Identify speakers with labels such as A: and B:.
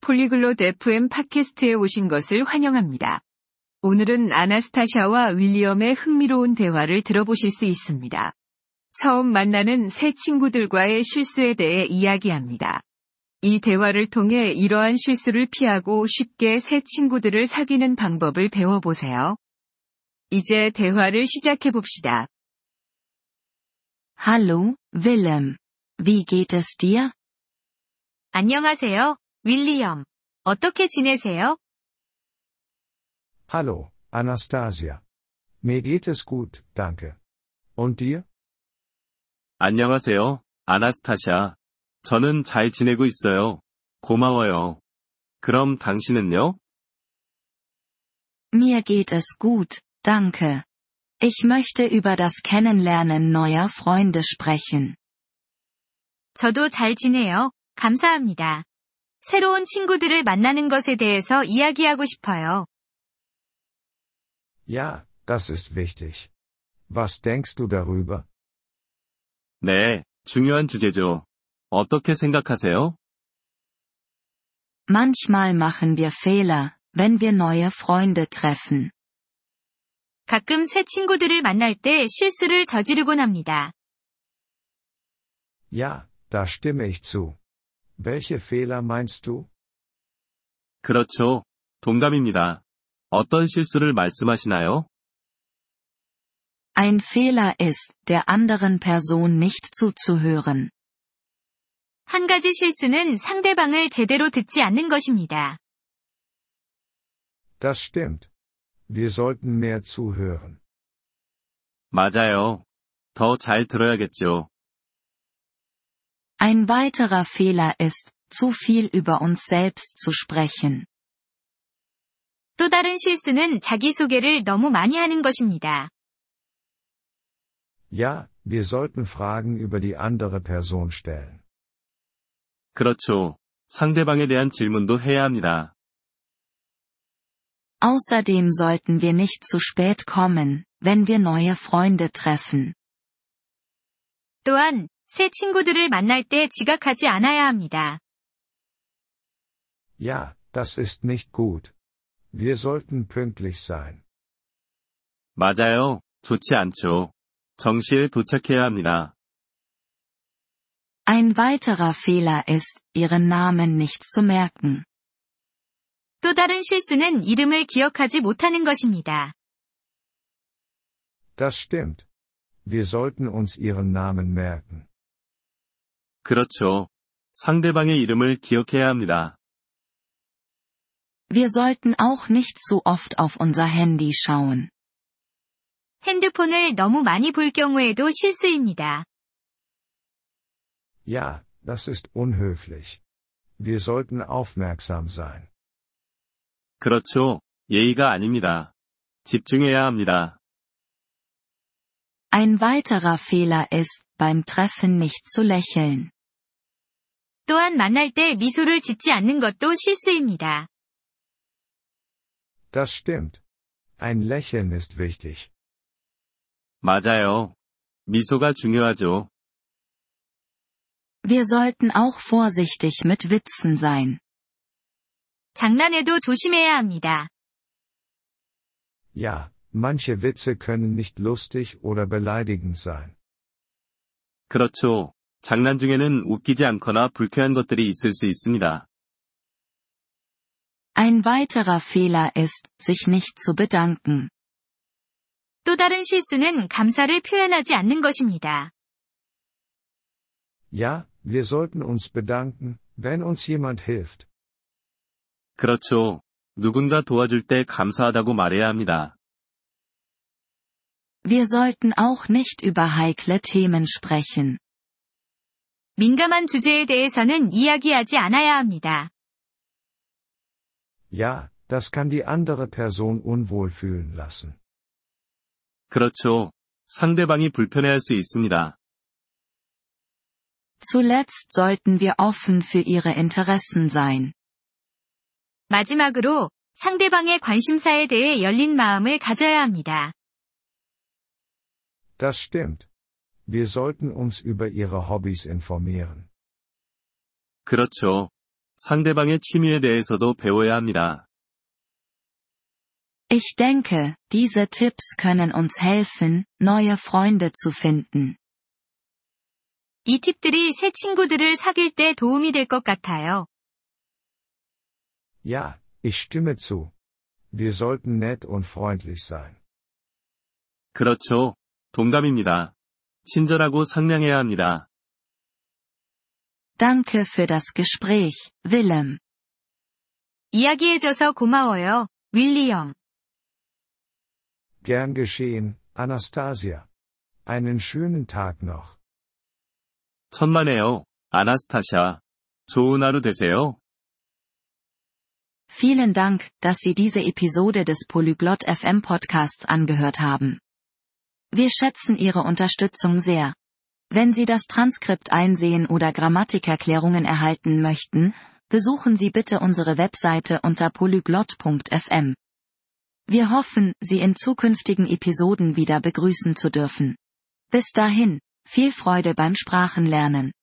A: 폴리글롯 FM 팟캐스트에 오신 것을 환영합니다. 오늘은 아나스타샤와 윌리엄의 흥미로운 대화를 들어보실 수 있습니다. 처음 만나는 새 친구들과의 실수에 대해 이야기합니다. 이 대화를 통해 이러한 실수를 피하고 쉽게 새 친구들을 사귀는 방법을 배워보세요. 이제 대화를 시작해봅시다.
B: Hallo, Willem. Wie geht es dir?
A: 안녕하세요, 윌리엄. 어떻게 지내세요?
C: Hallo, Anastasia. Mir geht es gut, danke. Und dir?
D: 안녕하세요, 아나스타샤. 저는 잘 지내고 있어요. 고마워요. 그럼 당신은요?
B: Mir geht es gut, danke. Ich möchte über das Kennenlernen neuer Freunde sprechen.
A: 저도 잘 지내요. 감사합니다. 새로운 친구들을 만나는 것에 대해서 이야기하고 싶어요.
C: Ja, das ist wichtig. Was denkst du darüber?
D: 네, 중요한 주제죠. 어떻게 생각하세요?
B: Manchmal machen wir Fehler, wenn wir neue Freunde treffen.
A: 가끔 새 친구들을 만날 때 실수를 저지르곤 합니다.
C: Ja, da stimme ich zu. Welche Fehler meinst du?
D: 그렇죠. 동감입니다. 어떤 실수를 말씀하시나요?
B: Ein Fehler ist, der anderen Person nicht zuzuhören.
A: 한 가지 실수는 상대방을 제대로 듣지 않는 것입니다.
C: Das stimmt. Wir sollten mehr zuhören.
D: 맞아요. 더 잘 들어야겠죠.
B: Ein weiterer Fehler ist, zu viel über uns selbst zu sprechen.
A: 또 다른 실수는 자기소개를 너무 많이 하는 것입니다.
C: Ja, wir sollten Fragen über die andere Person stellen.
D: 그렇죠. 상대방에 대한 질문도 해야 합니다.
B: Außerdem sollten wir nicht zu spät kommen, wenn wir neue Freunde treffen.
A: 또한, 새 친구들을 만날 때 지각하지 않아야 합니다.
C: Ja, das ist nicht gut. Wir sollten pünktlich sein.
D: 맞아요. 좋지 않죠. 정시에 도착해야 합니다.
B: Ein weiterer Fehler ist, ihren Namen nicht zu merken.
A: 또 다른 실수는 이름을 기억하지 못하는 것입니다.
C: Das stimmt. Wir sollten uns ihren Namen merken.
D: 그렇죠. 상대방의 이름을 기억해야 합니다.
B: Wir sollten auch nicht zu oft auf unser Handy schauen.
A: 핸드폰을 너무 많이 볼 경우에도 실수입니다.
C: Ja, das ist unhöflich. Wir sollten aufmerksam sein.
D: 그렇죠. 예의가 아닙니다. 집중해야 합니다.
B: Ein weiterer Fehler ist, beim Treffen nicht zu lächeln.
A: 또한 만날 때 미소를 짓지 않는 것도 실수입니다.
C: Das stimmt. Ein Lächeln ist wichtig.
D: 맞아요. 미소가 중요하죠.
B: Wir sollten auch vorsichtig mit Witzen sein.
A: 장난에도 조심해야 합니다.
C: Ja, manche Witze können nicht lustig oder beleidigend sein.
D: 그렇죠. 장난 중에는 웃기지 않거나 불쾌한 것들이 있을 수 있습니다.
B: Ein weiterer Fehler ist, sich nicht zu bedanken.
A: 또 다른 실수는 감사를 표현하지 않는 것입니다.
C: Ja, wir sollten uns bedanken, wenn uns jemand hilft.
D: 그렇죠. 누군가 도와줄 때 감사하다고 말해야 합니다.
B: Wir sollten auch nicht über heikle Themen sprechen.
A: 민감한 주제에 대해서는 이야기하지 않아야 합니다.
C: Ja, das kann die andere Person unwohl fühlen lassen.
D: 그렇죠. 상대방이 불편해할 수 있습니다.
B: Zuletzt sollten wir offen für ihre Interessen sein.
A: 마지막으로 상대방의 관심사에 대해 열린 마음을 가져야 합니다.
C: Das stimmt. Wir sollten uns über ihre Hobbys informieren.
D: 그렇죠. 상대방의 취미에 대해서도 배워야 합니다.
B: Ich denke, diese Tipps können uns helfen, neue Freunde zu finden.
E: 이 팁들이 새 친구들을 사귈 때 도움이 될 것 같아요.
C: Ja, ich stimme zu. Wir sollten nett und freundlich sein.
D: 그렇죠. 동감입니다. 친절하고 상냥해야 합니다.
B: Danke für das Gespräch, Willem.
E: 이야기해줘서 고마워요, 윌리엄.
C: Gern geschehen, Anastasia. Einen schönen Tag noch.
D: 천만에요. 아나스타샤. 좋은 하루 되세요.
B: Vielen Dank, dass Sie diese Episode des Polyglot FM Podcasts angehört haben. Wir schätzen Ihre Unterstützung sehr. Wenn Sie das Transkript einsehen oder Grammatikerklärungen erhalten möchten, besuchen Sie bitte unsere Webseite unter polyglot.fm. Wir hoffen, Sie in zukünftigen Episoden wieder begrüßen zu dürfen. Bis dahin, viel Freude beim Sprachenlernen.